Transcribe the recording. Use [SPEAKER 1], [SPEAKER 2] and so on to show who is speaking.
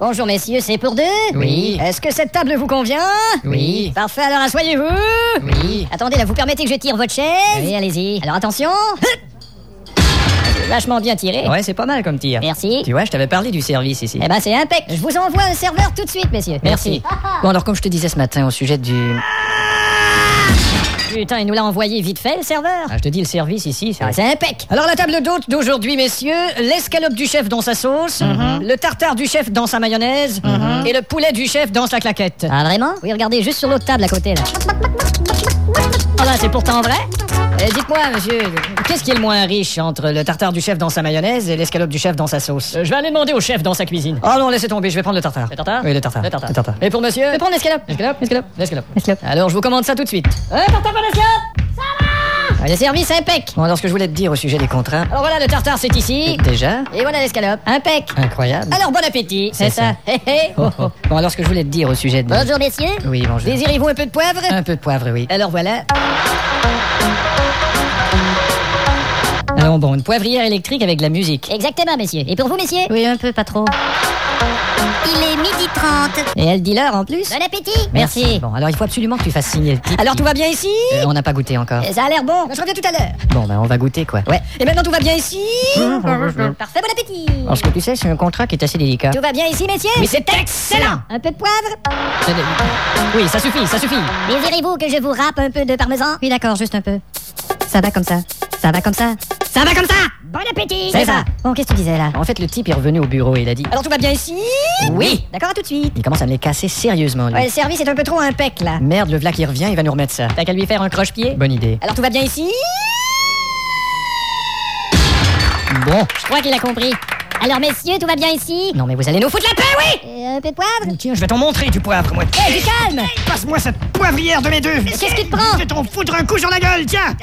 [SPEAKER 1] Bonjour messieurs, c'est pour deux
[SPEAKER 2] Oui.
[SPEAKER 1] Est-ce que cette table vous convient
[SPEAKER 2] Oui.
[SPEAKER 1] Parfait, alors asseyez-vous
[SPEAKER 2] Oui.
[SPEAKER 1] Attendez, là, vous permettez que je tire votre chaise
[SPEAKER 2] Oui, allez-y.
[SPEAKER 1] Alors attention C'est Vachement bien tiré.
[SPEAKER 2] Ouais, c'est pas mal comme tir.
[SPEAKER 1] Merci.
[SPEAKER 2] Tu vois, je t'avais parlé du service ici.
[SPEAKER 1] Eh ben c'est impec. Je vous envoie un serveur tout de suite, messieurs.
[SPEAKER 2] Merci. Bon, alors, comme je te disais ce matin au sujet du.
[SPEAKER 1] Putain, il nous l'a envoyé vite fait, le serveur.
[SPEAKER 2] Ah, je te dis, le service ici, c'est.
[SPEAKER 1] Ah, c'est impec.
[SPEAKER 2] Alors, la table d'hôte d'aujourd'hui, messieurs, l'escalope du chef dans sa sauce,
[SPEAKER 1] Mm-hmm.
[SPEAKER 2] le tartare du chef dans sa mayonnaise, et le poulet du chef dans sa claquette.
[SPEAKER 1] Ah vraiment Oui, regardez, juste sur l'autre table à côté, là. Ah là, c'est pourtant vrai Euh,
[SPEAKER 2] Eh, Dites-moi, monsieur, qu'est-ce qui est le moins riche entre le tartare du chef dans sa mayonnaise et l'escalope du chef dans sa sauce Euh, Je vais aller demander au chef dans sa cuisine.
[SPEAKER 1] Ah
[SPEAKER 2] Oh non, laissez tomber, je vais prendre le tartare. Le tartare Oui, le tartare. Le tartare. Et pour monsieur Je vais prendre l'escalope. L'escalope L'escalope L'escalope. Alors, je vous commande ça tout de suite. Eh, tartare par l'escalope
[SPEAKER 1] Ah, Le service impec.
[SPEAKER 2] Bon, alors, ce que je voulais te dire au sujet des contrats.
[SPEAKER 1] Alors voilà, le tartare, c'est ici.
[SPEAKER 2] Déjà
[SPEAKER 1] Et voilà l'escalope. Impec.
[SPEAKER 2] Incroyable.
[SPEAKER 1] Alors bon appétit. C'est ça.
[SPEAKER 2] ça.
[SPEAKER 1] Hé, hé.
[SPEAKER 2] Oh, oh. Bon, alors, ce que je voulais te dire au sujet de.
[SPEAKER 1] Bonjour messieurs.
[SPEAKER 2] Oui, bonjour. Euh.
[SPEAKER 1] Désirez-vous un peu de poivre
[SPEAKER 2] Un peu de poivre, oui.
[SPEAKER 1] Alors voilà.
[SPEAKER 2] Alors, bon, une poivrière électrique avec de la musique.
[SPEAKER 1] Exactement messieurs. Et pour vous messieurs
[SPEAKER 2] Oui, un peu, pas trop.
[SPEAKER 3] Il est midi 30.
[SPEAKER 1] Et elle dit l'heure en plus.
[SPEAKER 3] Bon appétit.
[SPEAKER 1] Merci.
[SPEAKER 2] Bon, alors, il faut absolument que tu fasses signer le titre.
[SPEAKER 1] Alors tout va bien ici
[SPEAKER 2] Euh, On n'a pas goûté encore.
[SPEAKER 1] Ça a l'air bon. Je reviens tout à l'heure.
[SPEAKER 2] Bon, ben, on va goûter, quoi.
[SPEAKER 1] Ouais. Et maintenant tout va bien ici
[SPEAKER 3] Parfait, bon appétit.
[SPEAKER 2] Alors, ce que tu sais, c'est un contrat qui est assez délicat.
[SPEAKER 1] Tout va bien ici messieurs
[SPEAKER 2] Mais c'est excellent
[SPEAKER 1] Un peu de poivre
[SPEAKER 2] Oui, ça suffit, ça suffit
[SPEAKER 3] Désirez-vous que je vous râpe un peu de parmesan
[SPEAKER 1] Oui, d'accord, juste un peu. Ça va comme ça. Ça va comme ça.
[SPEAKER 2] Ça va comme ça
[SPEAKER 3] Bon appétit.
[SPEAKER 2] C'est ça
[SPEAKER 1] Bon, qu'est-ce que tu disais là
[SPEAKER 2] En fait, le type est revenu au bureau et il a dit
[SPEAKER 1] Alors tout va bien ici
[SPEAKER 2] Oui
[SPEAKER 1] D'accord, à tout de suite.
[SPEAKER 2] Il commence à me les casser sérieusement, lui.
[SPEAKER 1] Ouais, le service est un peu trop impec là.
[SPEAKER 2] Merde, le vlac, il revient, il va nous remettre ça.
[SPEAKER 1] T'as qu'à lui faire un croche-pied.
[SPEAKER 2] Bonne idée.
[SPEAKER 1] Alors tout va bien ici
[SPEAKER 2] Bon.
[SPEAKER 1] Je crois qu'il a compris.
[SPEAKER 3] Alors messieurs, tout va bien ici
[SPEAKER 2] Non, mais vous allez nous foutre la paix, oui
[SPEAKER 3] Euh, Un peu de poivre
[SPEAKER 2] Tiens, je vais t'en montrer du poivre, moi.
[SPEAKER 3] Eh, du calme
[SPEAKER 2] Passe-moi cette poivrière de mes deux
[SPEAKER 3] Qu'est-ce qui te prend
[SPEAKER 2] Je vais t'en foutre un coup sur la gueule, tiens